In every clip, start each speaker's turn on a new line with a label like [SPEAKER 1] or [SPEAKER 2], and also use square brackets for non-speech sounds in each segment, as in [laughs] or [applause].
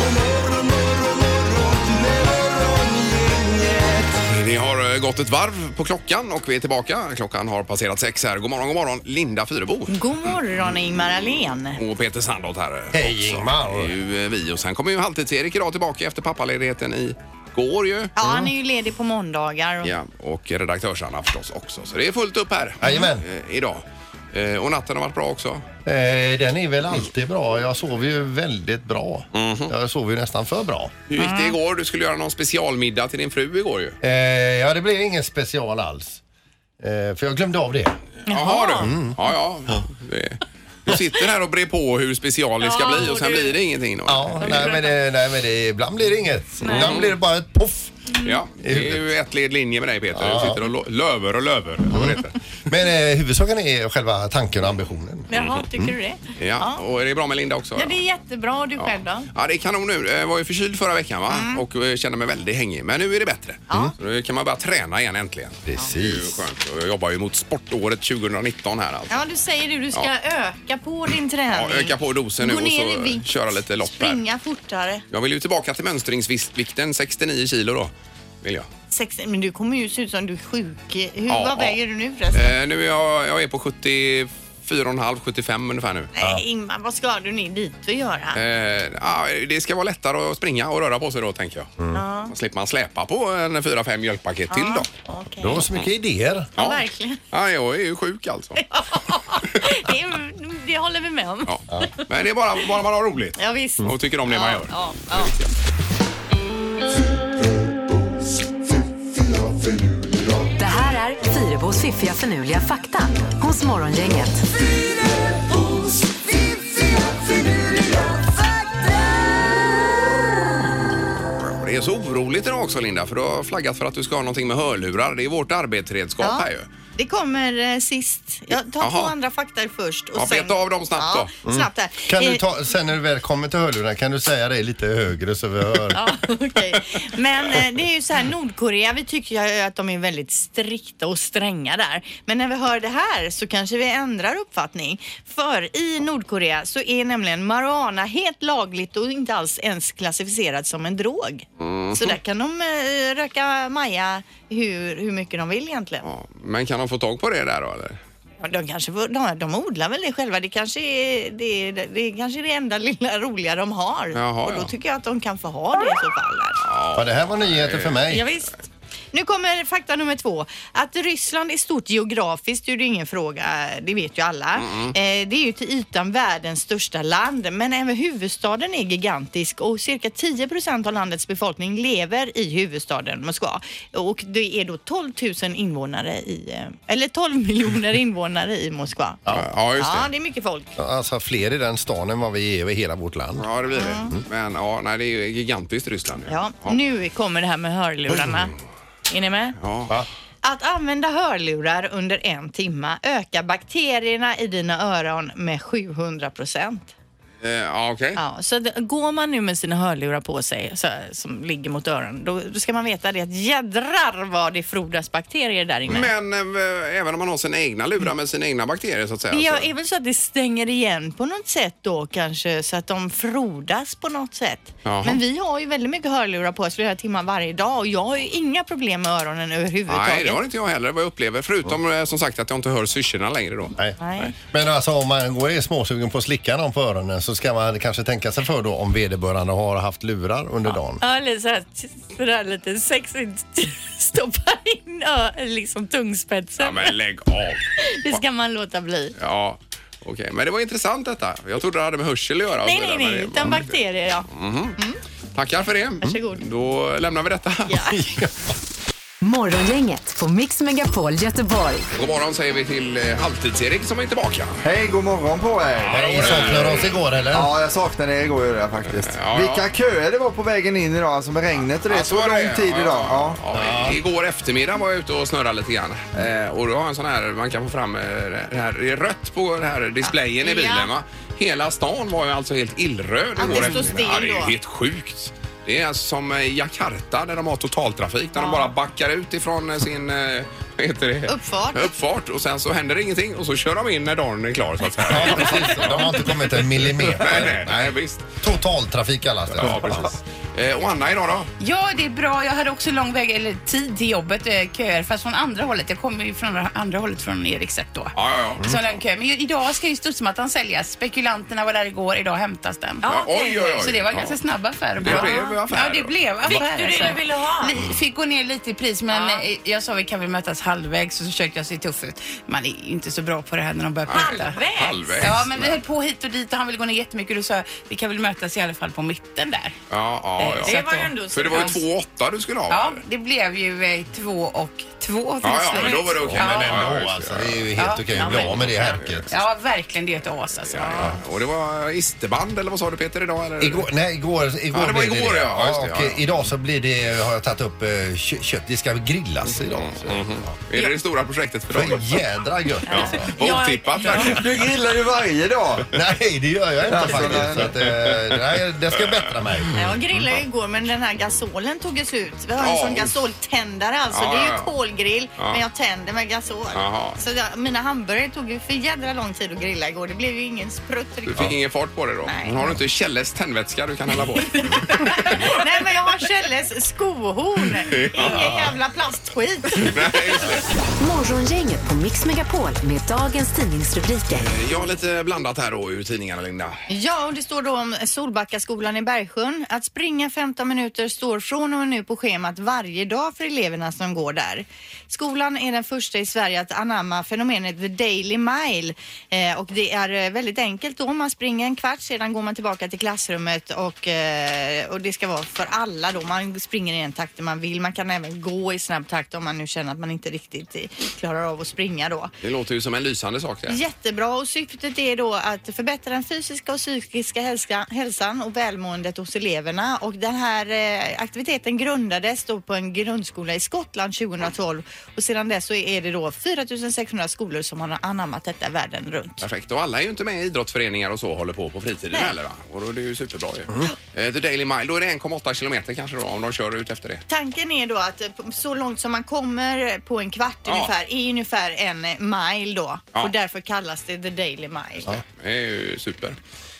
[SPEAKER 1] eh, gått ett varv på klockan och vi är tillbaka. Klockan har passerat sex här. God morgon, god morgon Linda Fyrebo.
[SPEAKER 2] God morgon Ingmar Ahlén.
[SPEAKER 1] Och Peter Sandholt här. eh,
[SPEAKER 3] Hej,
[SPEAKER 1] också.
[SPEAKER 3] Ingmar.
[SPEAKER 1] Det är ju eh, vi och sen kommer ju Halvtids-Erik idag tillbaka efter pappaledigheten i går ju.
[SPEAKER 2] Ja, han är ju ledig på måndagar. Och...
[SPEAKER 1] Ja, och redaktörs-Anna förstås också. Så det är fullt upp här
[SPEAKER 3] Jajamän.
[SPEAKER 1] eh, idag. Eh, Och natten har varit bra också.
[SPEAKER 3] Eh, Den är väl alltid bra. Jag sover ju väldigt bra.
[SPEAKER 1] Mhm.
[SPEAKER 3] Jag sover ju nästan för bra.
[SPEAKER 1] Hur gick det igår? Du skulle göra någon specialmiddag till din fru igår ju.
[SPEAKER 3] Eh, Ja, det blev ingen special alls. Eh, För jag glömde av det.
[SPEAKER 1] Jaha du.
[SPEAKER 3] Mm.
[SPEAKER 1] Ja, ja. Det- Du sitter här och brer på hur special det ska
[SPEAKER 2] Ja,
[SPEAKER 1] bli och
[SPEAKER 2] och
[SPEAKER 1] sen
[SPEAKER 2] du-
[SPEAKER 1] blir det ingenting. Då.
[SPEAKER 3] Ja, nej men, det, nej, men det, ibland blir det inget. Ibland blir det bara ett poff.
[SPEAKER 1] Ja,
[SPEAKER 2] Mm.
[SPEAKER 1] det är ju ett led linje med dig Peter. Du
[SPEAKER 3] Ja.
[SPEAKER 1] sitter och lo- löver och löver.
[SPEAKER 2] Mm.
[SPEAKER 1] eller vad det heter.
[SPEAKER 3] Men eh, huvudsaken är själva tanken och ambitionen.
[SPEAKER 2] Jaha,
[SPEAKER 1] Mm-hmm.
[SPEAKER 2] tycker du det?
[SPEAKER 1] Ja, och är det bra med Linda också?
[SPEAKER 2] Ja, det är jättebra. Och du själv då?
[SPEAKER 1] Ja, det är kanon nu. Jag var ju förkyld förra veckan va?
[SPEAKER 2] Mm.
[SPEAKER 1] och eh, kände mig väldigt hängig. Men nu är det bättre. Mm. Så nu kan man börja träna igen äntligen. Det är ju
[SPEAKER 3] Precis.
[SPEAKER 1] skönt. Och Jag jobbar ju mot sportåret 2019 här alltså.
[SPEAKER 2] Ja, du säger det. Du ska
[SPEAKER 1] Ja.
[SPEAKER 2] öka på din träning.
[SPEAKER 1] Ja, öka på dosen nu
[SPEAKER 2] Gå
[SPEAKER 1] och
[SPEAKER 2] ner i
[SPEAKER 1] så
[SPEAKER 2] vikt.
[SPEAKER 1] köra lite lopp här.
[SPEAKER 2] Springa fortare.
[SPEAKER 1] Jag vill ju tillbaka till mönstringsvikten, 69 kilo då. Vill jag.
[SPEAKER 2] Sex... Men du kommer ju se ut som du är sjuk. Hur,
[SPEAKER 1] Ja,
[SPEAKER 2] vad
[SPEAKER 1] ja.
[SPEAKER 2] väger du nu förresten?
[SPEAKER 1] Eh, nu är jag, jag är på 74,5, 75 ungefär nu.
[SPEAKER 2] Nej, Ingmar, vad ska du ner dit och göra?
[SPEAKER 1] Eh, ja, det ska vara lättare att springa och röra på sig då tänker jag.
[SPEAKER 2] Ja,
[SPEAKER 1] Då slipper man släpa på en 4-5 mjölkpaket till då.
[SPEAKER 2] okej.
[SPEAKER 3] Du har så mycket idéer.
[SPEAKER 2] Ja, verkligen. [laughs]
[SPEAKER 1] Ja, jag är ju sjuk alltså.
[SPEAKER 2] det, är, det håller vi med om.
[SPEAKER 1] Ja. Men det är bara, bara man har roligt Mm.
[SPEAKER 2] Ja, visst.
[SPEAKER 1] och tycker om det man
[SPEAKER 2] Ja,
[SPEAKER 1] gör.
[SPEAKER 2] ja, ja.
[SPEAKER 4] Det här är Fyrabos fiffiga förnuliga fakta hos Morgongänget.
[SPEAKER 1] Och Det är så oroligt idag också Linda för du har flaggat för att du ska ha någonting med hörlurar. Det är vårt arbetsredskap här ju.
[SPEAKER 2] Det kommer eh, sist. Jag tar två
[SPEAKER 1] Jaha.
[SPEAKER 2] andra fakta först. Och
[SPEAKER 1] Ja,
[SPEAKER 2] sen...
[SPEAKER 1] beta av dem snabbt
[SPEAKER 2] ja,
[SPEAKER 1] då. Mm.
[SPEAKER 2] Snabbt här.
[SPEAKER 3] Kan du
[SPEAKER 2] Eh,
[SPEAKER 3] ta, sen när du väl kommer till hörlurarna kan du säga det lite högre så vi hör.
[SPEAKER 2] Ja, [laughs] okej. Men eh, det är ju så här, Nordkorea, vi tycker ju att de är väldigt strikta och stränga där. Men när vi hör det här så kanske vi ändrar uppfattning. För i Nordkorea så är nämligen marijuana helt lagligt och inte alls ens klassificerat som en drog.
[SPEAKER 1] Mm.
[SPEAKER 2] Så där kan de eh, röka maja hur, hur mycket de vill egentligen.
[SPEAKER 1] Ja, men kan de få tag på det där då eller?
[SPEAKER 2] Ja, de, kanske, får- de, de odlar väl det själva. Det kanske är det, det, det, är kanske är det enda lilla roliga de har.
[SPEAKER 1] Jaha,
[SPEAKER 2] och då
[SPEAKER 1] ja.
[SPEAKER 2] tycker jag att de kan få ha det i så fall. Där.
[SPEAKER 3] Ja, det här var nyheter för
[SPEAKER 2] Ja,
[SPEAKER 3] mig.
[SPEAKER 2] visst. Nu kommer fakta nummer två. Att Ryssland är stort geografiskt det är ju ingen fråga, det vet ju alla. Eh, det är ju till ytan världens största land, men även huvudstaden är gigantisk och cirka 10 procent av landets befolkning lever i huvudstaden Moskva. Och det är då 12 000 invånare i, eh, eller 12
[SPEAKER 1] [laughs]
[SPEAKER 2] miljoner invånare i Moskva.
[SPEAKER 1] Ja, ja just
[SPEAKER 2] Ja,
[SPEAKER 1] det.
[SPEAKER 2] det är mycket folk.
[SPEAKER 3] Alltså fler i den stan än vad vi är i hela vårt land.
[SPEAKER 1] Ja, det blir det. Men ja, nej, det är ju gigantiskt Ryssland. ju.
[SPEAKER 2] Mm. Ja, nu kommer det här med hörlurarna.
[SPEAKER 1] Mm.
[SPEAKER 2] Är ni med?
[SPEAKER 1] Ja.
[SPEAKER 3] Va?
[SPEAKER 2] Att använda hörlurar under en timma ökar bakterierna i dina öron med 700 procent.
[SPEAKER 1] Eh, Ja, okej.
[SPEAKER 2] Ja, så det, går man nu med sina hörlurar på sig så, här, som ligger mot öronen, då, då ska man veta det att jädrar vad det frodas bakterier där inne.
[SPEAKER 1] Men eh, även om man har sina egna lurar med sina egna bakterier så att säga.
[SPEAKER 2] det
[SPEAKER 1] så-
[SPEAKER 2] är är väl så att det stänger igen på något sätt då kanske så att de frodas på något sätt.
[SPEAKER 1] Jaha.
[SPEAKER 2] Men vi har ju väldigt mycket hörlurar på oss flera timmar varje dag och jag har ju inga problem med öronen överhuvudtaget. Mm.
[SPEAKER 1] Nej, det har inte jag heller vad jag upplever. Förutom eh, som sagt att jag inte hör syrsorna längre då.
[SPEAKER 3] Nej.
[SPEAKER 2] Nej.
[SPEAKER 3] Men alltså om man går är småsugen på att slicka någon på öronen så ska man kanske tänka sig för då om vederbörande har haft lurar under dagen.
[SPEAKER 2] Ja, eller så här, sådär lite sexigt [laughs] stoppa in ö, liksom
[SPEAKER 1] Ja,
[SPEAKER 2] tungspetsen.
[SPEAKER 1] men lägg av.
[SPEAKER 2] Det ska man låta bli.
[SPEAKER 1] Ja, okej. Men det var intressant detta. Jag trodde det hade med hörsel att göra. och
[SPEAKER 2] Nej,
[SPEAKER 1] så vidare,
[SPEAKER 2] nej, nej,
[SPEAKER 1] men det- Mm.
[SPEAKER 2] utan bakterier ja.
[SPEAKER 1] Tackar för det.
[SPEAKER 2] Varsågod.
[SPEAKER 1] Mm. Då lämnar vi detta.
[SPEAKER 4] Morgongänget på Mix Megapol Göteborg.
[SPEAKER 1] God morgon säger vi till eh, Halvtids-Erik som är tillbaka.
[SPEAKER 5] Hej, god morgon på er!
[SPEAKER 3] Nej, saknade oss igår eller?
[SPEAKER 5] Ja, jag saknade er igår gjorde jag faktiskt.
[SPEAKER 1] Ja, ja.
[SPEAKER 5] Vilka köer det var på vägen in idag, alltså med regnet och det.
[SPEAKER 1] Alltså,
[SPEAKER 5] tog
[SPEAKER 1] var det-
[SPEAKER 5] lång tid
[SPEAKER 1] ja,
[SPEAKER 5] idag. Ja.
[SPEAKER 1] Ja, i- Igår eftermiddag var jag ute och snurrade lite grann. Eh, och då har jag en sån här, man kan få fram eh, det här det är rött på den här displayen i bilen.
[SPEAKER 2] Ja.
[SPEAKER 1] Va? Hela stan var ju alltså helt illröd
[SPEAKER 2] det
[SPEAKER 1] igår
[SPEAKER 2] står
[SPEAKER 1] eftermiddag. Ja, det är ju
[SPEAKER 2] still då.
[SPEAKER 1] helt sjukt. Det är alltså som eh, Jakarta där de har totaltrafik där de bara backar ut ifrån eh, sin eh, vad heter det?
[SPEAKER 2] Uppfart.
[SPEAKER 1] uppfart och sen så händer ingenting och så kör de in när dagen är klar så att säga.
[SPEAKER 3] Ja, precis. De har inte kommit en
[SPEAKER 1] [laughs] nej,
[SPEAKER 3] millimeter.
[SPEAKER 1] nej, nej, visst.
[SPEAKER 3] Totaltrafik kallas det.
[SPEAKER 1] Ja, precis. Eh, och Anna idag då?
[SPEAKER 6] Ja, det är bra. Jag hade också lång väg, eller tid till jobbet, eh, köer, fast från andra hållet. Jag kommer ju från andra hållet, från Erikset då.
[SPEAKER 1] Ja, ja, ja.
[SPEAKER 6] Så lång kö. Men ju- idag ska ju studsmattan säljas. Spekulanterna var där igår, idag hämtas den.
[SPEAKER 1] Ja, oj, oj, oj.
[SPEAKER 6] Så det var en
[SPEAKER 1] Ja.
[SPEAKER 6] ganska snabb affär.
[SPEAKER 1] Det blev affär
[SPEAKER 6] Ja, det
[SPEAKER 1] då.
[SPEAKER 6] blev affär.
[SPEAKER 2] du det
[SPEAKER 6] alltså.
[SPEAKER 2] du ville ha?
[SPEAKER 6] Li- Fick gå ner lite i pris, men eh, jag sa vi kan väl mötas halvvägs och så försökte jag se tuff ut. Man är ju inte så bra på det här när de börjar prata.
[SPEAKER 2] Halvvägs?
[SPEAKER 1] Halvvägs.
[SPEAKER 6] Ja, men vi höll på hit och dit och han ville gå ner jättemycket och då sa jag, vi kan väl mötas i alla fall på mitten där.
[SPEAKER 1] Ja, ja, ja.
[SPEAKER 6] Så
[SPEAKER 2] Eh, Det
[SPEAKER 6] att
[SPEAKER 2] var ju
[SPEAKER 6] då-
[SPEAKER 2] ändå
[SPEAKER 1] För det var ju två åtta du skulle ha.
[SPEAKER 6] Ja,
[SPEAKER 1] eller?
[SPEAKER 6] det blev ju eh, två och två till
[SPEAKER 1] Ja, ja,
[SPEAKER 6] slut.
[SPEAKER 1] men då var det okej.
[SPEAKER 6] Ja.
[SPEAKER 1] Men ändå.
[SPEAKER 3] Ja, alltså, det är ju helt okej att bli av med det härket.
[SPEAKER 6] Ja, verkligen. Det är ett as alltså.
[SPEAKER 1] Ja, ja. Och det var isterband eller vad sa du Peter idag? Eller?
[SPEAKER 3] Igår, nej, igår, igår
[SPEAKER 1] Ja, det var
[SPEAKER 3] blev
[SPEAKER 1] igår,
[SPEAKER 3] det.
[SPEAKER 1] ja. Ja, just det,
[SPEAKER 3] och
[SPEAKER 1] ja, ja.
[SPEAKER 3] Idag så blir det, har jag tagit upp eh, kö- kött. Det ska grillas idag. Så,
[SPEAKER 1] Är det det stora projektet Mm. för
[SPEAKER 3] För
[SPEAKER 1] dem?
[SPEAKER 3] jädra gött alltså.
[SPEAKER 1] Vad otippat verkligen.
[SPEAKER 5] Du grillar ju varje dag.
[SPEAKER 3] Nej, det gör jag inte
[SPEAKER 5] Alltså,
[SPEAKER 3] faktiskt.
[SPEAKER 5] nej.
[SPEAKER 3] Så att, eh, nej, det ska jag bättra mig.
[SPEAKER 2] Jag grillade ju igår men den här gasolen tog ju slut. Vi har
[SPEAKER 1] Mm.
[SPEAKER 2] en
[SPEAKER 1] Ja,
[SPEAKER 2] sån
[SPEAKER 1] uff.
[SPEAKER 2] gasoltändare alltså.
[SPEAKER 1] Ja,
[SPEAKER 2] det är
[SPEAKER 1] ja,
[SPEAKER 2] ju
[SPEAKER 1] ja.
[SPEAKER 2] kolgrill
[SPEAKER 1] Ja.
[SPEAKER 2] men jag tänder med gasol.
[SPEAKER 1] Jaha.
[SPEAKER 2] Så jag, mina hamburgare tog ju för jädra lång tid att grilla igår. Det blev ju ingen sprutt
[SPEAKER 1] Du
[SPEAKER 2] riktigt.
[SPEAKER 1] fick ingen fart på det då?
[SPEAKER 2] Nej.
[SPEAKER 1] Men har du inte Kjelles tändvätska du kan
[SPEAKER 2] [laughs]
[SPEAKER 1] hälla på?
[SPEAKER 2] Nej men jag har
[SPEAKER 1] [laughs]
[SPEAKER 2] Kjelles skohorn. Ingen jävla plastskit.
[SPEAKER 1] Nej, just det.
[SPEAKER 4] Morgongänget på Mix Megapol med dagens tidningsrubriker.
[SPEAKER 1] Jag har lite blandat här då ur tidningarna Linda.
[SPEAKER 2] Ja, och det står då om Solbackaskolan i Bergsjön. Att springa 15 minuter står från och nu på schemat varje dag för eleverna som går där. Skolan är den första i Sverige att anamma fenomenet the daily mile. Eh, och det är eh, väldigt enkelt då. Man springer en kvart, sedan går man tillbaka till klassrummet och, eh, och det ska vara för alla då. Man springer i den takten man vill. Man kan även gå i snabb takt om man nu känner att man inte riktigt eh, klarar av att springa då.
[SPEAKER 1] Det låter ju som en lysande sak det.
[SPEAKER 2] Jättebra och syftet är då att förbättra den fysiska och psykiska hälsa, hälsan och välmåendet hos eleverna och den här eh, aktiviteten grundades då på en grundskola i Skottland 2012 och sedan dess så är det då 4600 skolor som har anammat detta världen runt.
[SPEAKER 1] Perfekt. Och alla är ju inte med i idrottsföreningar och så håller på på fritiden
[SPEAKER 2] Nej. Mm.
[SPEAKER 1] heller va? Och då är det ju superbra ju. Eh, The Daily Mile, då är det 1,8 kilometer kanske då om de kör ut efter det.
[SPEAKER 2] Tanken är då att eh, p- så långt som man kommer på en kvart
[SPEAKER 1] Ja.
[SPEAKER 2] ungefär är ungefär en eh, mile då
[SPEAKER 1] Ja.
[SPEAKER 2] och därför kallas det the daily mile.
[SPEAKER 1] Det är ju super.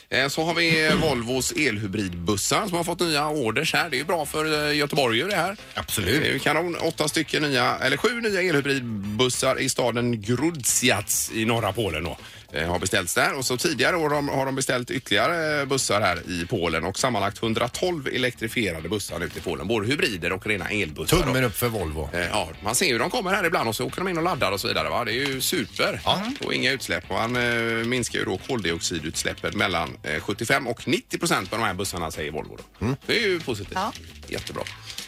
[SPEAKER 1] Eh, Så har vi eh, Volvos elhybridbussar som har fått nya orders här. Det är ju bra för eh, Göteborg ju det här.
[SPEAKER 3] Absolut.
[SPEAKER 1] Det är ju kanon. Åtta stycken nya, eller sju nya elhybridbussar i staden Grudziatz i norra Polen då. eh, Har beställts där och så tidigare år har de- har de beställt ytterligare eh, bussar här i Polen och sammanlagt 112 elektrifierade bussar ute i Polen. Både hybrider och rena elbussar. då.
[SPEAKER 3] Tummen upp för Volvo.
[SPEAKER 1] Eh, Ja, man ser ju de kommer här ibland och så åker de in och laddar och så vidare. Va? Det är ju super. Mm. Och inga utsläpp. Man eh, minskar ju då koldioxidutsläppen mellan eh, 75 och 90 procent på de här bussarna säger Volvo. Då. Det är ju positivt.
[SPEAKER 2] Ja.
[SPEAKER 1] Jättebra.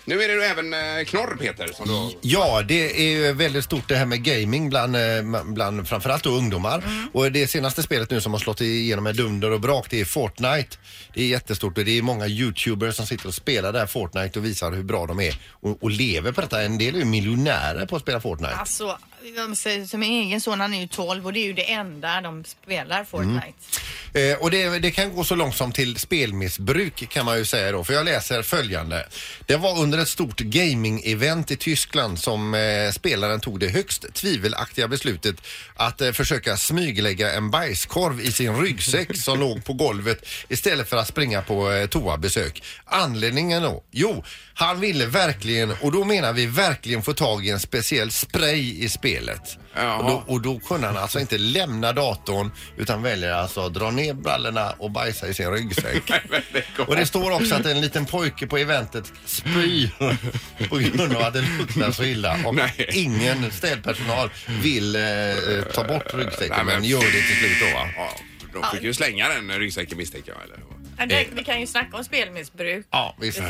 [SPEAKER 1] Nu är det ju även eh, knorr Peter. Som du...
[SPEAKER 3] Ja, det är ju väldigt stort det här med gaming bland, eh, bland framförallt då ungdomar. Och det senaste spelet nu som har slått igenom med dunder och brak, det är Fortnite. Det är jättestort och det är många YouTubers som sitter och spelar det här Fortnite och visar hur bra de är och, och lever på detta. En del är ju miljonärer på att spela Fortnite.
[SPEAKER 2] Alltså, jag måste säga, som min egen son han är ju 12 och det är ju det enda de spelar Fortnite.
[SPEAKER 1] Mm.
[SPEAKER 3] Eh, och det, det kan gå så långt som till spelmissbruk kan man ju säga då. För jag läser följande. Det var under ett stort gaming-event i Tyskland som eh, spelaren tog det högst tvivelaktiga beslutet att eh, försöka smyglägga en bajskorv i sin ryggsäck som låg på golvet istället för att springa på eh, toabesök. Anledningen då? Jo, han ville verkligen, och då menar vi verkligen få tag i en speciell spray i spelet.
[SPEAKER 1] Jaha.
[SPEAKER 3] Och då, och då kunde han alltså inte lämna datorn utan väljer alltså att dra ner brallorna och bajsa i
[SPEAKER 1] [laughs]
[SPEAKER 3] sin ryggsäck.
[SPEAKER 1] men lägg av.
[SPEAKER 3] och det står också att en liten pojke på eventet spyr [laughs] på grund av att det luktar så illa. Och
[SPEAKER 1] Nej.
[SPEAKER 3] ingen städpersonal vill eh, eh, ta bort ryggsäcken
[SPEAKER 1] Nej, men-
[SPEAKER 3] men... gör det till slut då va?
[SPEAKER 1] Ja, de fick ju slänga den eh, ryggsäcken misstänker jag. Eller? Eh.
[SPEAKER 2] vi kan ju snacka om spelmissbruk.
[SPEAKER 3] Ja, visst.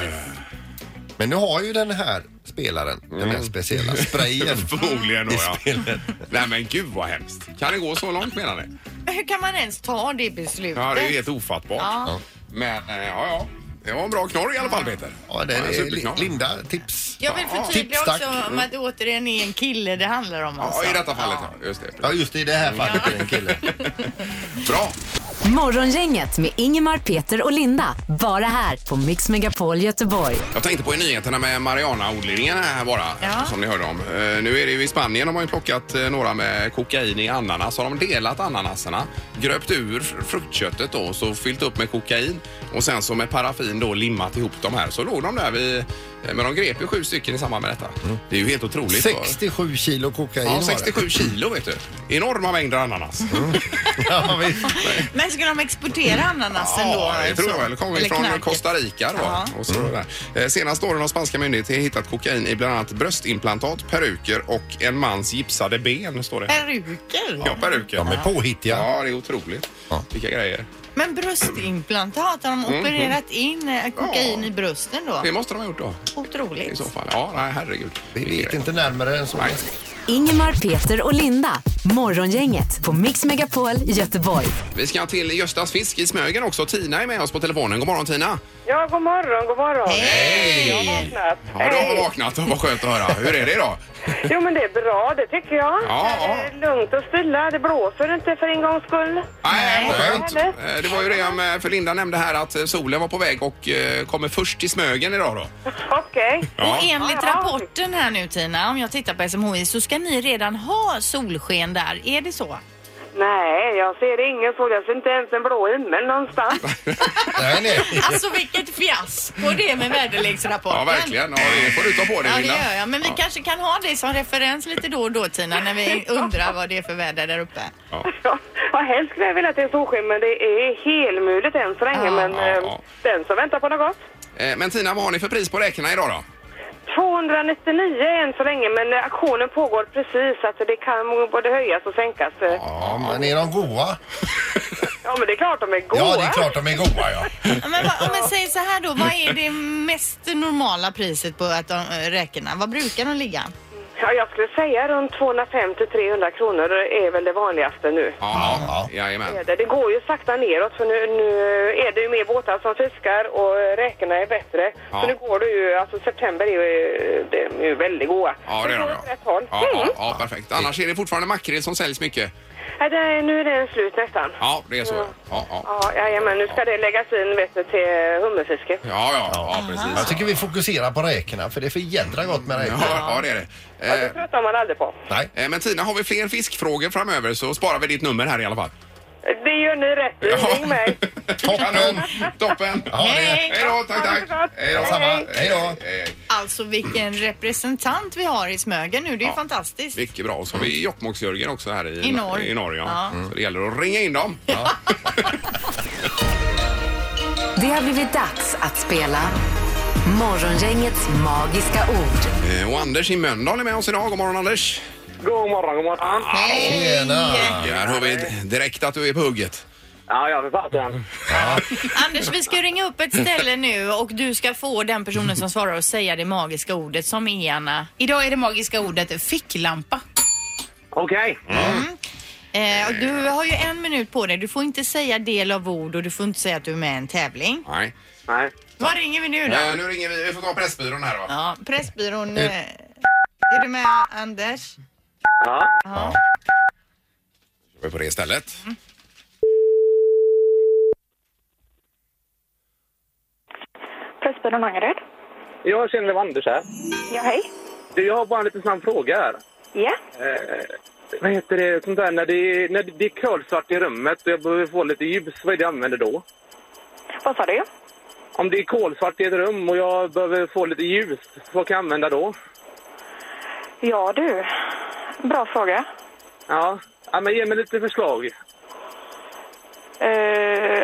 [SPEAKER 3] Men nu har ju den här spelaren den här speciella sprayen.
[SPEAKER 1] Mm. [laughs] Förmodligen då
[SPEAKER 3] I
[SPEAKER 1] ja.
[SPEAKER 3] spelet.
[SPEAKER 1] Nej men gud vad hemskt. Kan det gå så långt menar ni?
[SPEAKER 2] Men hur kan man ens ta det beslutet?
[SPEAKER 1] Ja det är ju helt ofattbart.
[SPEAKER 2] Ja.
[SPEAKER 1] Men eh, ja ja. Det var en bra knorr i alla fall Peter.
[SPEAKER 3] Ja, det
[SPEAKER 1] Ja, en
[SPEAKER 3] är
[SPEAKER 1] superknorr.
[SPEAKER 3] Linda, tips.
[SPEAKER 2] Jag vill förtydliga
[SPEAKER 3] Tips, tack.
[SPEAKER 2] också om att det återigen är en kille det handlar om.
[SPEAKER 1] Ja,
[SPEAKER 2] Alltså.
[SPEAKER 1] i detta fallet ja. Just det. [laughs]
[SPEAKER 3] Ja, just i det här fallet är det en kille.
[SPEAKER 1] Bra!
[SPEAKER 4] Morgongänget med Ingemar, Peter och Linda. Bara här på Mix Megapol Göteborg.
[SPEAKER 1] Jag tänkte på i nyheterna med Mariana-odlingen här bara,
[SPEAKER 6] Ja.
[SPEAKER 1] som ni hörde om. Eh, Nu är det ju i Spanien, de har ju plockat eh, några med kokain i ananas. Har de delat ananaserna, gröpt ur fr- fruktköttet då, och så fyllt upp med kokain och sen så med paraffin då limmat ihop de här. Så låg de där vid, eh, men de grep ju sju stycken i samband med detta. Det är ju helt otroligt. va?
[SPEAKER 3] 67 kilo kokain Mm. var
[SPEAKER 1] Ja,
[SPEAKER 3] det.
[SPEAKER 1] 67
[SPEAKER 3] Mm.
[SPEAKER 1] kilo vet du. Enorma mängder ananas.
[SPEAKER 3] [laughs] Ja, visst.
[SPEAKER 2] Men ska de exportera ananasen då?
[SPEAKER 1] Ja, det tror jag.
[SPEAKER 2] Så-
[SPEAKER 1] Eller kommer
[SPEAKER 2] alltså? eller
[SPEAKER 1] från
[SPEAKER 2] knarket?
[SPEAKER 1] Costa Rica då.
[SPEAKER 2] Ja.
[SPEAKER 1] Och så
[SPEAKER 3] Mm.
[SPEAKER 1] där. Eh, Senaste åren har spanska myndigheter hittat kokain i bland annat bröstimplantat, peruker och en mans gipsade ben, står det.
[SPEAKER 2] Peruker?
[SPEAKER 1] Ja, peruker.
[SPEAKER 3] De är påhittiga.
[SPEAKER 1] Ja, det är otroligt. Vilka grejer.
[SPEAKER 2] Men bröstimplantat, har de opererat in eh, kokain
[SPEAKER 1] Mm, Ja.
[SPEAKER 2] i brösten då?
[SPEAKER 1] Det måste de ha gjort då. I
[SPEAKER 2] Otroligt.
[SPEAKER 1] så fall. Ja, nej, herregud.
[SPEAKER 3] Vi vet inte närmare än så.
[SPEAKER 1] Nej.
[SPEAKER 4] Ingemar, Peter och Linda. Morgongänget på Mix Megapol Göteborg.
[SPEAKER 1] Vi ska till Göstas fisk i Smögen också. Tina är med oss på telefonen. God morgon Tina!
[SPEAKER 7] Ja, god morgon, god morgon.
[SPEAKER 1] Hej!
[SPEAKER 7] Jag har vaknat.
[SPEAKER 1] Ja, du har
[SPEAKER 7] Hej.
[SPEAKER 1] vaknat. Vad skönt att höra. Hur är det idag?
[SPEAKER 7] Jo, men det är bra, det tycker jag.
[SPEAKER 1] Ja, ja.
[SPEAKER 7] Det är lugnt och stilla, det blåser inte för en gångs skull.
[SPEAKER 1] Nej, vad skönt.
[SPEAKER 7] Nej.
[SPEAKER 1] Eh, Det var ju det om, eh, för Linda nämnde här att eh, solen var på väg och eh, kommer först till Smögen idag då.
[SPEAKER 7] Okej.
[SPEAKER 1] Ja.
[SPEAKER 2] Och enligt
[SPEAKER 7] Ja.
[SPEAKER 2] rapporten här nu Tina, om jag tittar på SMHI, så ska ni redan ha solsken där. Är
[SPEAKER 1] [laughs]
[SPEAKER 2] det så?
[SPEAKER 7] Nej, jag ser ingen sol, jag ser inte ens en blå himmel någonstans.
[SPEAKER 3] Nej, nej.
[SPEAKER 2] Alltså vilket fiasko det är med väderleksrapporten.
[SPEAKER 1] Ja, verkligen. Ja, det får du ta på dig,
[SPEAKER 2] Ja, det
[SPEAKER 1] Linda.
[SPEAKER 2] gör jag. Men vi kanske kan ha det som referens lite då och då Tina, när vi undrar vad det är för väder där uppe.
[SPEAKER 7] [laughs] Ja, ja, helst skulle jag vilja att det är solsken, men det är helmulet än så länge.
[SPEAKER 2] Ja.
[SPEAKER 7] men
[SPEAKER 1] Ja,
[SPEAKER 7] eh,
[SPEAKER 1] ja.
[SPEAKER 7] den som väntar på något gott.
[SPEAKER 1] Eh, Men Tina, vad har ni för pris på räkorna idag då?
[SPEAKER 7] 299 än så länge, men eh, auktionen pågår precis, så att det kan både höjas och sänkas. Ja,
[SPEAKER 3] Ja, men är de goa?
[SPEAKER 7] men det är klart de är goda.
[SPEAKER 3] Ja, det är klart de är goa, ja.
[SPEAKER 2] Ja, Men vad, om jag säger så här då, vad är det mest normala priset på att de, äh, räkorna? Vad brukar de ligga?
[SPEAKER 7] Ja, jag skulle säga runt 250-300 kronor är väl det vanligaste nu.
[SPEAKER 1] Ja, jajamän.
[SPEAKER 7] Det går ju sakta neråt för nu, nu är det ju mer båtar som fiskar och räkorna är bättre.
[SPEAKER 1] Ja.
[SPEAKER 7] Så nu går det ju, alltså september är ju, det är ju väldigt goda.
[SPEAKER 1] Ja, det är de
[SPEAKER 7] går
[SPEAKER 1] ja.
[SPEAKER 7] åt rätt håll.
[SPEAKER 1] Ja, ja,
[SPEAKER 7] Mm.
[SPEAKER 1] ja, perfekt. Annars är det fortfarande makrill som säljs mycket.
[SPEAKER 7] Ja, det, nu är den slut nästan.
[SPEAKER 1] Ja, det är så. Ja, ja, ja,
[SPEAKER 7] Ja, jajamän, nu ska det läggas in vet du, till hummerfiske.
[SPEAKER 1] ja, ja precis.
[SPEAKER 3] Jag tycker vi fokuserar på räkorna, för det är för jädra gott med räkor.
[SPEAKER 1] Ja, ja, det är det.
[SPEAKER 7] Ja, det
[SPEAKER 1] Eh,
[SPEAKER 7] tröttnar man aldrig på.
[SPEAKER 3] Nej.
[SPEAKER 1] eh, Men Tina, har vi fler fiskfrågor framöver så sparar vi ditt nummer här i alla fall.
[SPEAKER 7] Det gör ni rätt i. Ring [laughs] mig.
[SPEAKER 1] Toppen! Toppen!
[SPEAKER 3] Ja, det är...
[SPEAKER 2] Hej!
[SPEAKER 1] Hej då, tack,
[SPEAKER 7] Ha det så
[SPEAKER 1] tack!
[SPEAKER 7] gott.
[SPEAKER 1] Hej då!
[SPEAKER 3] Samma. Hej då.
[SPEAKER 1] Eh,
[SPEAKER 2] Alltså vilken representant vi har i Smögen nu, det är ju fantastiskt.
[SPEAKER 1] Mycket bra. Och så har vi Jokkmokks-Jörgen också här i,
[SPEAKER 2] I norr.
[SPEAKER 1] I norr ja. Mm.
[SPEAKER 2] Ja.
[SPEAKER 1] Så det gäller att ringa in dem.
[SPEAKER 4] Det har blivit dags att spela Morgongängets magiska ord.
[SPEAKER 1] Eh, Och Anders i Mölndal är med oss idag. God morgon Anders! Ah,
[SPEAKER 8] God morgon, god morgon.
[SPEAKER 3] Tjena!
[SPEAKER 1] Ja, Här hör vi direkt att du är på hugget.
[SPEAKER 8] Ja, jag för fasen.
[SPEAKER 2] Anders, vi ska ringa upp ett ställe nu och du ska få den personen som svarar och säga det magiska ordet som är Anna.
[SPEAKER 6] Idag är det magiska ordet ficklampa.
[SPEAKER 8] Okej.
[SPEAKER 2] Eh, och du har ju en minut på dig. Du får inte säga del av ord och du får inte säga att du är med i en tävling.
[SPEAKER 1] Nej.
[SPEAKER 8] Nej.
[SPEAKER 2] Vad ringer vi nu då?
[SPEAKER 1] Eh, nu ringer vi. Vi får ta Pressbyrån här va?
[SPEAKER 2] Ja, Pressbyrån. Eh, är du med Anders?
[SPEAKER 8] Ja.
[SPEAKER 1] Vi är på det stället.
[SPEAKER 9] Pressbyrån Angered.
[SPEAKER 8] Jag känner det var Anders här.
[SPEAKER 9] Ja, hej.
[SPEAKER 8] Du, jag har bara en liten snabb fråga här.
[SPEAKER 9] Ja,
[SPEAKER 8] Eh, vad heter det, sånt där när det, när det är kolsvart i rummet och jag behöver få lite ljus, vad är det jag använder då?
[SPEAKER 9] vad sa du?
[SPEAKER 8] Om det är kolsvart i ett rum och jag behöver få lite ljus, vad kan jag använda då?
[SPEAKER 9] Ja, du. Bra fråga.
[SPEAKER 8] Ja, ja men ge mig lite förslag.
[SPEAKER 9] Eh,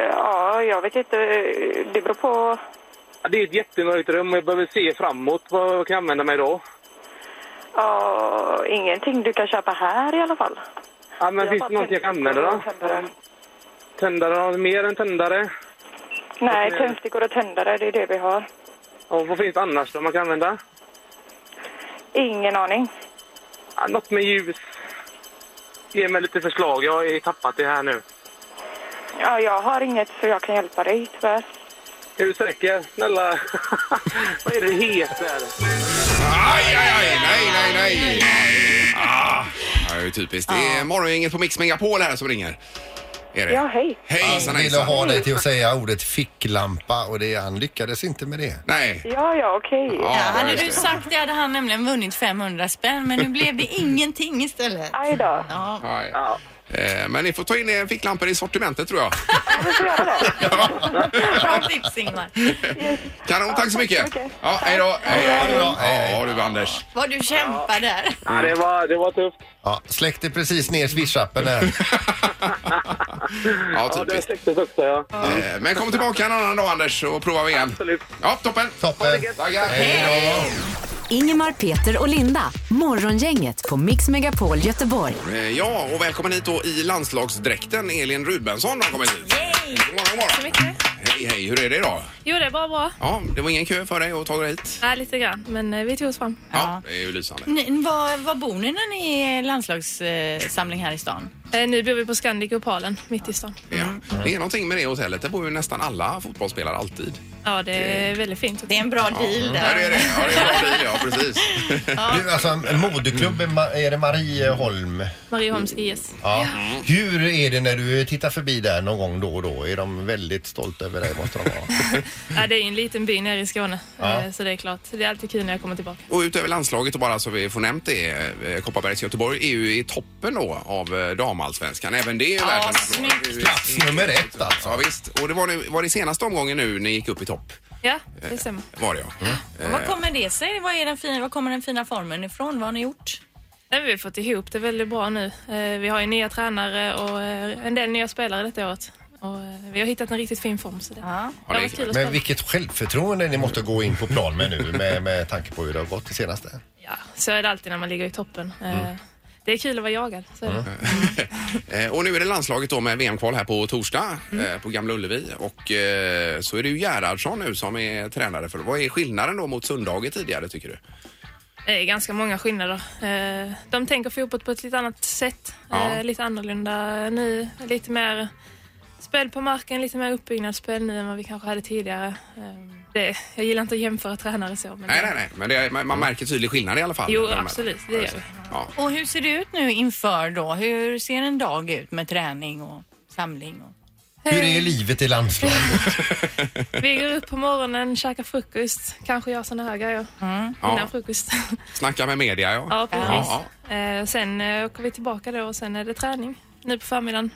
[SPEAKER 9] ja, jag vet inte. Det beror på...
[SPEAKER 8] Ja, det är ett jättemörkt rum och jag behöver se framåt, vad kan jag använda mig då?
[SPEAKER 9] Ja, ingenting du kan köpa här i alla fall.
[SPEAKER 8] Ja, men
[SPEAKER 9] Jag
[SPEAKER 8] finns
[SPEAKER 9] bara
[SPEAKER 8] det något jag kan använda då?
[SPEAKER 9] tändstickor och tändare.
[SPEAKER 8] Tändare, har vi mer än tändare?
[SPEAKER 9] Nej,
[SPEAKER 8] Vad är det?
[SPEAKER 9] tändstickor och tändare, det är det vi har.
[SPEAKER 8] Och vad finns det annars då man kan använda?
[SPEAKER 9] Ingen aning.
[SPEAKER 8] Ja, något med ljus. Ge mig lite förslag. Jag har tappat det här nu.
[SPEAKER 9] Ja, jag har inget så jag kan hjälpa dig, tyvärr.
[SPEAKER 8] Är du säker? Snälla. [laughs] Vad är det det heter?
[SPEAKER 1] Aj, aj, aj! Nej, nej, nej! Ah, det är ju typiskt. Det är morgongänget på Mix Megapol här som ringer. Är det?
[SPEAKER 10] Ja, hej.
[SPEAKER 1] Hej, hejsan,
[SPEAKER 3] Han ville
[SPEAKER 1] hejsan.
[SPEAKER 3] ha dig till att säga ordet ficklampa och det, han lyckades inte med det.
[SPEAKER 1] Nej.
[SPEAKER 10] Ja, ja, okej.
[SPEAKER 1] Ja,
[SPEAKER 2] Ja, hade
[SPEAKER 1] just
[SPEAKER 2] du
[SPEAKER 1] det.
[SPEAKER 2] sagt det hade han nämligen vunnit 500 spänn men nu blev det ingenting istället.
[SPEAKER 10] Aj då.
[SPEAKER 2] Ja.
[SPEAKER 1] Nej. Eh, Men ni får ta in eh, ficklampor i sortimentet tror [laughs] jag.
[SPEAKER 10] Vi får göra det.
[SPEAKER 2] Bra tips Ingmar.
[SPEAKER 1] Kanon, tack så mycket.
[SPEAKER 10] Okej.
[SPEAKER 1] Ja, hej då. Hej, hej.
[SPEAKER 3] Ja, hej, hej.
[SPEAKER 1] Ja, du Anders.
[SPEAKER 2] Vad du kämpar där.
[SPEAKER 11] Ja, det, var, det var tufft.
[SPEAKER 3] Ja, släckte precis ner swish-appen där.
[SPEAKER 1] Ja,
[SPEAKER 11] Ja, det
[SPEAKER 1] typiskt.
[SPEAKER 11] släcktes också, ja.
[SPEAKER 1] Eh, Men kom tillbaka en annan dag Anders och prova igen.
[SPEAKER 11] Absolut.
[SPEAKER 1] Ja, toppen.
[SPEAKER 3] Toppen.
[SPEAKER 1] Tackar. Hej då.
[SPEAKER 4] Ingemar, Peter och Linda. Morgongänget på Mix Megapol Göteborg.
[SPEAKER 1] Eh, Ja, och välkommen hit då i landslagsdräkten. Elin Rudbensson har kommit hit. Yay! God morgon, god morgon.
[SPEAKER 7] mycket.
[SPEAKER 1] Hej, hej. Hur är det idag?
[SPEAKER 7] Jo, det är bara bra.
[SPEAKER 1] Ja, det var ingen kö för dig att ta dig hit.
[SPEAKER 7] Nej, lite grann. Men eh, vi tog oss fram.
[SPEAKER 1] Ja, det är ju lysande.
[SPEAKER 2] Ni, var, var bor ni när ni är landslagssamling här i stan?
[SPEAKER 7] Eh, nu bor vi på Scandic och Palen, mitt i stan.
[SPEAKER 1] Ja. Det är någonting med det hotellet. Där bor ju nästan alla fotbollsspelare alltid.
[SPEAKER 7] Ja, det är väldigt fint.
[SPEAKER 2] Det är en bra deal
[SPEAKER 1] Mm. Ja,
[SPEAKER 2] där.
[SPEAKER 1] det är det. Ja, det är bra tid. Ja, precis.
[SPEAKER 3] Du, alltså en moderklubb, är Ma- är det Marieholm?
[SPEAKER 7] Marieholms IS.
[SPEAKER 3] Ja. Hur är det när du tittar förbi där någon gång då och då? Är de väldigt stolta över dig måste de vara.
[SPEAKER 7] Ja, Äh, det är en liten by nere i Skåne,
[SPEAKER 3] Ja.
[SPEAKER 7] eh, så det är klart. Det är alltid kul när jag kommer tillbaka.
[SPEAKER 1] Och utöver landslaget och bara så vi får nämnt det, eh, Kopparbergs Göteborg är ju i toppen då av eh, damallsvenskan. Även det är ju värt en applåd. Det är ju-
[SPEAKER 3] Plats nummer ett alltså.
[SPEAKER 1] Ja, visst. Och det var, nu, var det senaste omgången nu ni gick upp i topp?
[SPEAKER 7] Ja, det stämmer.
[SPEAKER 1] Var det ja.
[SPEAKER 7] Mm.
[SPEAKER 2] Vad kommer det sig? Vad är den fin, var kommer den fina formen ifrån? Vad har ni gjort?
[SPEAKER 7] Nej, men vi har fått ihop det väldigt bra nu. Eh, vi har ju nya tränare och eh, en del nya spelare detta året. Och, eh, vi har hittat en riktigt fin form. Så det, det
[SPEAKER 1] det
[SPEAKER 7] har
[SPEAKER 1] är
[SPEAKER 7] varit kul att
[SPEAKER 3] Men
[SPEAKER 7] spela.
[SPEAKER 3] vilket självförtroende ni måste gå in på plan med nu med, med tanke på hur det har gått det senaste.
[SPEAKER 7] Ja, så är det alltid när man ligger i toppen. Eh, Det är kul att vara jagad. Så är det.
[SPEAKER 1] Eh, Och nu är det landslaget då med VM-kval här på torsdag
[SPEAKER 7] Mm.
[SPEAKER 1] eh, på Gamla Ullevi. Och eh, så är det ju Gerhardsson nu som är tränare för. Vad är skillnaden då mot söndagen tidigare tycker du?
[SPEAKER 7] Eh, Det är ganska många skillnader. Eh, De tänker fotboll på ett lite annat sätt.
[SPEAKER 1] Ja.
[SPEAKER 7] Eh, Lite annorlunda nu. Lite mer spel på marken, lite mer uppbyggnadsspel nu än vad vi kanske hade tidigare. Eh, Det, jag gillar inte att jämföra tränare så. Men
[SPEAKER 1] Nej, nej, nej, men det, är- man man märker tydlig skillnad i alla fall.
[SPEAKER 7] Mm. Jo,
[SPEAKER 1] De här-
[SPEAKER 7] absolut. Det gör vi.
[SPEAKER 1] Ja.
[SPEAKER 2] Och hur ser det ut nu inför då? Hur ser en dag ut med träning och samling? Och...
[SPEAKER 3] Hur är livet i landslaget?
[SPEAKER 7] Vi går upp på morgonen, käkar frukost, kanske gör såna här grejer innan
[SPEAKER 1] Ja.
[SPEAKER 7] frukost.
[SPEAKER 1] Snacka med media, ja.
[SPEAKER 7] ja, precis.
[SPEAKER 1] Ja,
[SPEAKER 7] Eh, Sen eh, åker vi tillbaka då och sen är det träning nu på förmiddagen.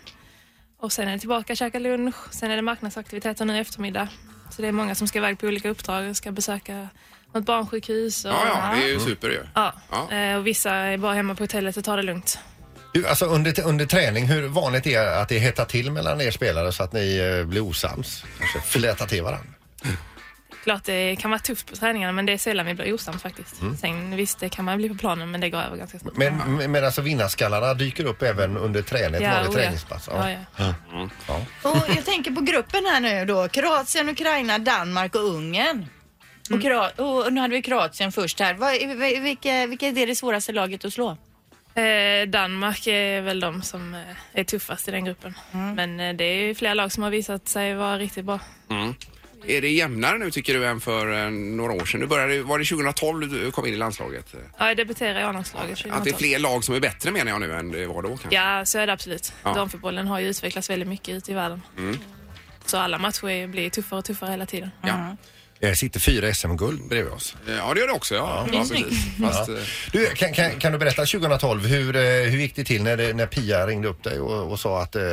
[SPEAKER 7] Och sen är det tillbaka, käka lunch. Sen är det marknadsaktiviteter nu i eftermiddag. Så det är många som ska iväg på olika uppdrag och ska besöka något barnsjukhus. Och,
[SPEAKER 1] Ja, ja, det är
[SPEAKER 2] Mm.
[SPEAKER 1] ju super ju.
[SPEAKER 7] Ja.
[SPEAKER 1] Ja.
[SPEAKER 7] Eh, Och vissa är bara hemma på hotellet och tar det lugnt.
[SPEAKER 3] Du, alltså under, under träning, hur vanligt är det att det hettar till mellan er spelare så att ni eh, blir osams? Kanske flätar till varandra?
[SPEAKER 7] Klart det kan vara tufft på träningarna men det är sällan vi blir osams faktiskt.
[SPEAKER 1] Mm.
[SPEAKER 7] Sen visst, det kan man bli på planen men det går över ganska snabbt.
[SPEAKER 3] Men, men alltså vinnarskallarna dyker upp även under träning, ett vanligt
[SPEAKER 7] oh
[SPEAKER 3] träningspass?
[SPEAKER 7] Ja, ja.
[SPEAKER 2] Och jag tänker på gruppen här nu då. Kroatien, Ukraina, Danmark och Ungern. Och, Kro- och nu hade vi Kroatien först här. Vad, vil- vilka, vilka är det, det svåraste laget att slå?
[SPEAKER 7] Eh, Danmark är väl de som eh, är tuffast i den gruppen. Men eh, det är ju flera lag som har visat sig vara riktigt bra.
[SPEAKER 1] Är det jämnare nu tycker du än för eh, några år sedan? Du började, var det 2012 du kom in i landslaget?
[SPEAKER 7] Ja, jag debuterade i A-landslaget
[SPEAKER 1] Att det är
[SPEAKER 7] 2012.
[SPEAKER 1] fler lag som är bättre menar jag nu än det var då kanske?
[SPEAKER 7] Ja, så är det absolut.
[SPEAKER 1] Ja. Mm.
[SPEAKER 7] Damfotbollen har ju utvecklats väldigt mycket ute i världen. Så alla matcher är- blir tuffare och tuffare hela tiden.
[SPEAKER 1] Ja,
[SPEAKER 3] Det sitter fyra SM-guld bredvid oss.
[SPEAKER 1] Eh, ja det gör det också. Ja, ja. precis.
[SPEAKER 2] Mm.
[SPEAKER 1] Fast, eh,
[SPEAKER 3] Du, kan, kan, kan du berätta 2012, hur, eh, hur gick det till när, det, när Pia ringde upp dig och, och sa att... Eh,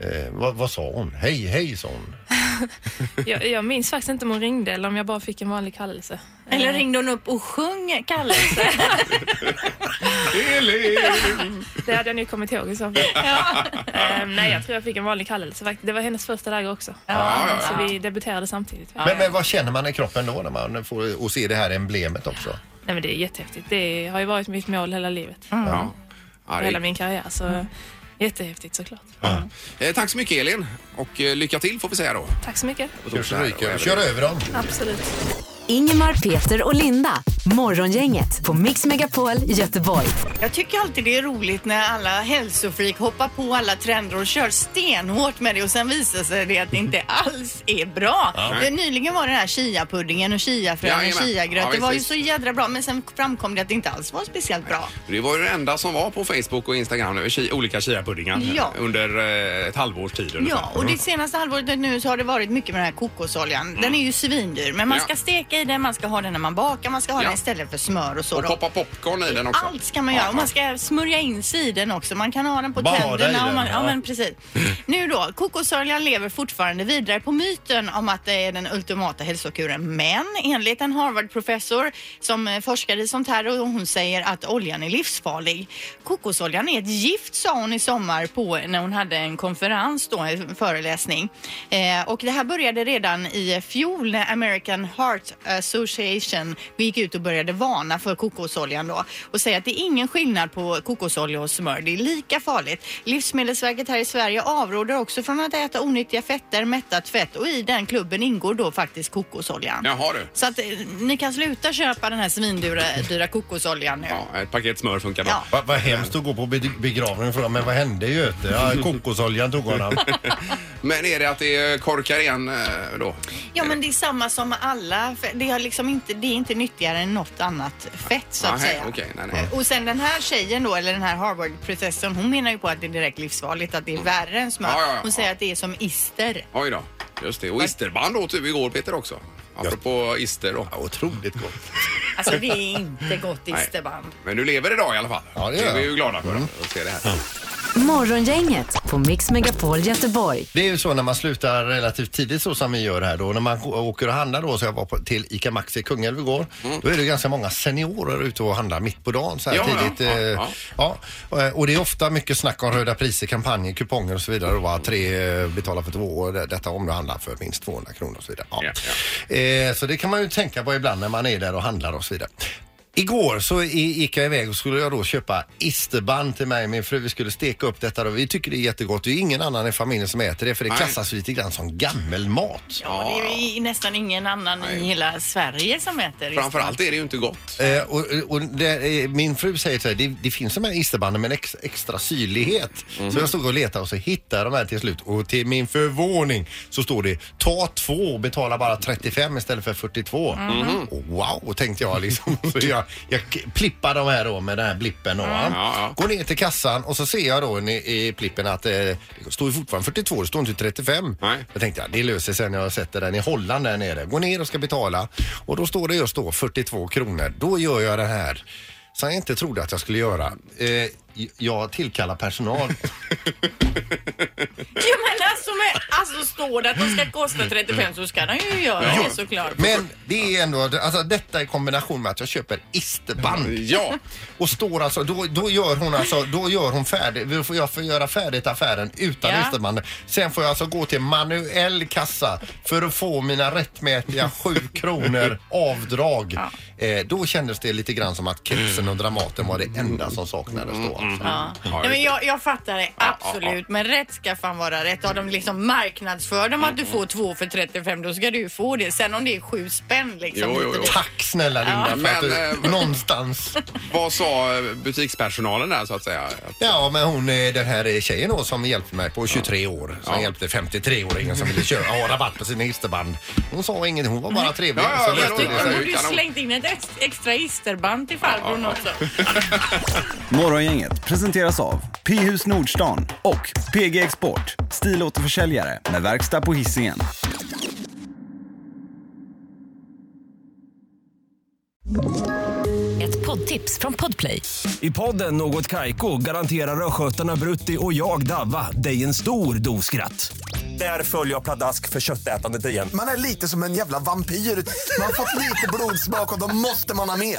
[SPEAKER 3] eh, vad, vad sa hon? Hej, hej sa hon.
[SPEAKER 7] Jag, jag minns faktiskt inte om hon ringde eller om jag bara fick en vanlig kallelse.
[SPEAKER 2] Eller ringde hon upp och sjöng kallelse?
[SPEAKER 7] Det hade jag nu kommit ihåg i
[SPEAKER 1] [laughs]
[SPEAKER 7] så fall. Ehm, nej, jag tror jag fick en vanlig kallelse. faktiskt. Det var hennes första läger också. Så vi debuterade samtidigt.
[SPEAKER 3] Men, men vad känner man i kroppen då när man får och ser det här emblemet också?
[SPEAKER 7] Nej, men det är jättehäftigt. Det har ju varit mitt mål hela livet.
[SPEAKER 1] ja. Ja, det
[SPEAKER 7] hela
[SPEAKER 1] är... Mm.
[SPEAKER 7] min karriär. Så jättehäftigt såklart.
[SPEAKER 1] eh, tack så mycket Elin och eh, lycka till får vi säga då.
[SPEAKER 7] Tack så mycket.
[SPEAKER 1] på
[SPEAKER 3] Kör,
[SPEAKER 1] torsdag här och
[SPEAKER 3] ryker,
[SPEAKER 1] även-
[SPEAKER 3] kör över dem.
[SPEAKER 7] Absolut.
[SPEAKER 4] Ingemar, Peter och Linda. Morgongänget på Mix Megapol Göteborg.
[SPEAKER 2] [laughs] Jag tycker alltid det är roligt när alla hälsofreak hoppar på alla trender och kör stenhårt med det och sen visar sig det att det inte alls är bra.
[SPEAKER 12] Ja.
[SPEAKER 2] Det- Nyligen var det den här chiapuddingen och chiafrön och
[SPEAKER 1] Jajamän.
[SPEAKER 2] chiagröt.
[SPEAKER 1] Ja,
[SPEAKER 2] det var ju
[SPEAKER 1] visst,
[SPEAKER 2] så jädra bra men sen framkom det att det inte alls var speciellt bra.
[SPEAKER 1] Det var ju det enda som var på Facebook och Instagram, nu, chi- olika chiapuddingar
[SPEAKER 2] Ja.
[SPEAKER 1] under eh, ett halvårs tid. Mm. ungefär.
[SPEAKER 2] Ja, och det senaste halvåret nu så har det varit mycket med den här kokosoljan. Den är ju svindyr, men man
[SPEAKER 1] Mm. Ja.
[SPEAKER 2] ska steka i den, man ska ha den när man bakar, man ska ha
[SPEAKER 1] Ja.
[SPEAKER 2] den istället för smör och så.
[SPEAKER 1] Och
[SPEAKER 2] då.
[SPEAKER 1] poppa popcorn i den också.
[SPEAKER 2] Allt ska man göra. Och man ska smörja in sig i den också. Man kan ha den på
[SPEAKER 1] Bada i
[SPEAKER 2] tänderna.
[SPEAKER 1] den,
[SPEAKER 2] och man, ja.
[SPEAKER 1] ja. [laughs]
[SPEAKER 2] men precis. Nu då, kokosoljan lever fortfarande vidare på myten om att det är den ultimata hälsokuren. Men enligt en Harvard-professor som eh, forskar i sånt här och hon säger att oljan är livsfarlig. Kokosoljan är ett gift sa hon i sommar på när hon hade en konferens då, en föreläsning. Eh, och det här började redan i fjol när American Heart Association gick ut och började varna för kokosoljan då och säga att det är ingen skillnad på kokosolja och smör. Det är lika farligt. Livsmedelsverket här i Sverige avråder också från att äta onyttiga fetter, mättat fett och i den klubben ingår då faktiskt kokosoljan.
[SPEAKER 1] Jaha du.
[SPEAKER 2] Så att eh, ni kan sluta köpa den här svindyra dyra kokosoljan nu.
[SPEAKER 1] Ja, ett paket smör funkar bra.
[SPEAKER 3] Vad va hemskt att gå på be- begravningen och fråga, men vad hände Göte? Ja, kokosoljan tog honom.
[SPEAKER 1] Men är det att det korkar igen eh, då?
[SPEAKER 2] Ja, men det är samma som med alla. för Det är, liksom inte, det är inte nyttigare än något annat fett så att
[SPEAKER 1] Nej,
[SPEAKER 2] säga.
[SPEAKER 1] Ah, Okej, nej, nej.
[SPEAKER 2] Och sen den här tjejen då, eller den här Harvard-professorn, hon menar ju på att det är direkt livsfarligt, att det är värre än smör.
[SPEAKER 1] Ja, ja, ja.
[SPEAKER 2] hon säger att det är som ister.
[SPEAKER 1] Oj då. Just det. Och isterband åt du igår Peter också. Apropå ister då. Ja,
[SPEAKER 3] [laughs] otroligt gott.
[SPEAKER 2] Alltså det är inte gott
[SPEAKER 1] [laughs] Nej.
[SPEAKER 2] isterband.
[SPEAKER 1] Men du lever idag i alla fall. Ja,
[SPEAKER 3] det gör
[SPEAKER 1] är vi
[SPEAKER 3] jag. Mm.
[SPEAKER 1] ju glada för. Att se det här.
[SPEAKER 4] Morgongänget på Mix Megapol Göteborg.
[SPEAKER 3] Det är ju så när man slutar relativt tidigt så som vi gör här då. När man å- åker och handlar då, så jag var på, till ICA Maxi i Kungälv igår. Då är det ganska många seniorer ute och handlar mitt på dagen så här
[SPEAKER 1] Mm. Ja, ja,
[SPEAKER 3] tidigt.
[SPEAKER 1] ja,
[SPEAKER 3] eh,
[SPEAKER 1] ja.
[SPEAKER 3] Ja, Eh, och- och det är ofta mycket snack om röda priser, kampanjer, kuponger och så vidare. Och vad tre eh, betalar för två och det- detta om du handlar för minst 200 kronor och så vidare. Ja. Eh, så det kan man ju tänka på ibland när man är där och handlar och så vidare. Igår så i- gick jag iväg och skulle jag då köpa isterband till mig och min fru. Vi skulle steka upp detta och vi tycker det är jättegott. Det är ingen annan i familjen som äter det för det klassas lite grann som gammelmat.
[SPEAKER 2] Ja, det är ju i- nästan ingen annan i hela Sverige som äter isterband.
[SPEAKER 1] Framförallt är det ju inte gott.
[SPEAKER 3] Eh, och, och det, eh, min fru säger så här, det, det finns de här isterbanden med ex, extra syrlighet. Så jag stod och letade och så hittade jag de här till slut och till min förvåning så står det ta två och betala bara 35 istället för 42.
[SPEAKER 12] Mhm.
[SPEAKER 3] Och wow, tänkte jag liksom. [laughs] Så jag, jag k- plippar de här då med den här blippen då. va?
[SPEAKER 12] Mm. Ja, ja.
[SPEAKER 3] Går ner till kassan och så ser jag då i, i plippen att eh, det står ju fortfarande 42, det står inte 35. Jag tänkte ja, det löser sig när jag sätter den i Holland där nere. Går ner och ska betala och då står det just då 42 kronor. Då gör jag det här som jag inte trodde att jag skulle göra. Eh, jag tillkallar personal.
[SPEAKER 2] [laughs] Ja, men alltså, med, alltså står det att de ska kosta 35 så ska de ju göra
[SPEAKER 3] Ja.
[SPEAKER 2] det såklart.
[SPEAKER 3] Men det är ändå, alltså detta i kombination med att jag köper isterband.
[SPEAKER 1] Mm, Ja.
[SPEAKER 3] Och står alltså, då, då gör hon alltså, då gör hon färdigt, då får jag får göra färdigt affären utan
[SPEAKER 2] Ja.
[SPEAKER 3] isterband. Sen får jag alltså gå till manuell kassa för att få mina rättmätiga 7 kronor avdrag. Eh, då kändes det lite grann som att kepsen och Dramaten var det enda som saknades
[SPEAKER 1] Mm,
[SPEAKER 3] då. Alltså.
[SPEAKER 2] Ja. Nej, men jag, jag fattar det absolut, men rätt ska fan vara rätt. Har de liksom marknadsför dem att du
[SPEAKER 1] Mm.
[SPEAKER 2] får två för 35 då ska du ju få det. Sen om det är sju spänn liksom.
[SPEAKER 1] Jo, jo, jo.
[SPEAKER 3] Tack snälla Linda för att du
[SPEAKER 1] Men, eh,
[SPEAKER 3] någonstans
[SPEAKER 1] Vad sa eh, butikspersonalen där så att säga?
[SPEAKER 3] Ja, men hon, eh, den här eh, tjejen då som hjälpte mig på 23 år. Som
[SPEAKER 1] Ja.
[SPEAKER 3] hjälpte 53-åringen som ville köra, ha rabatt på sina isterband. Hon sa inget, hon var bara trevlig.
[SPEAKER 1] Ja, ja,
[SPEAKER 3] så
[SPEAKER 1] men
[SPEAKER 3] löste
[SPEAKER 1] då-
[SPEAKER 3] det
[SPEAKER 1] då
[SPEAKER 3] sig.
[SPEAKER 1] borde
[SPEAKER 2] Du slängt in ett ex- extra isterband till farbrorn också.
[SPEAKER 13] Morgongänget presenteras av P-hus Nordstan och PG Export, stilåterförsäljare med verkstad på Hisingen.
[SPEAKER 14] Ett poddtips från Podplay.
[SPEAKER 15] I podden Något Kaiko garanterar östgötarna Brutti och jag, Davva, dig en stor dos skratt. Där följer jag pladask för köttätandet igen.
[SPEAKER 16] Man är lite som en jävla vampyr. Man har fått lite blodsmak och då måste man ha mer.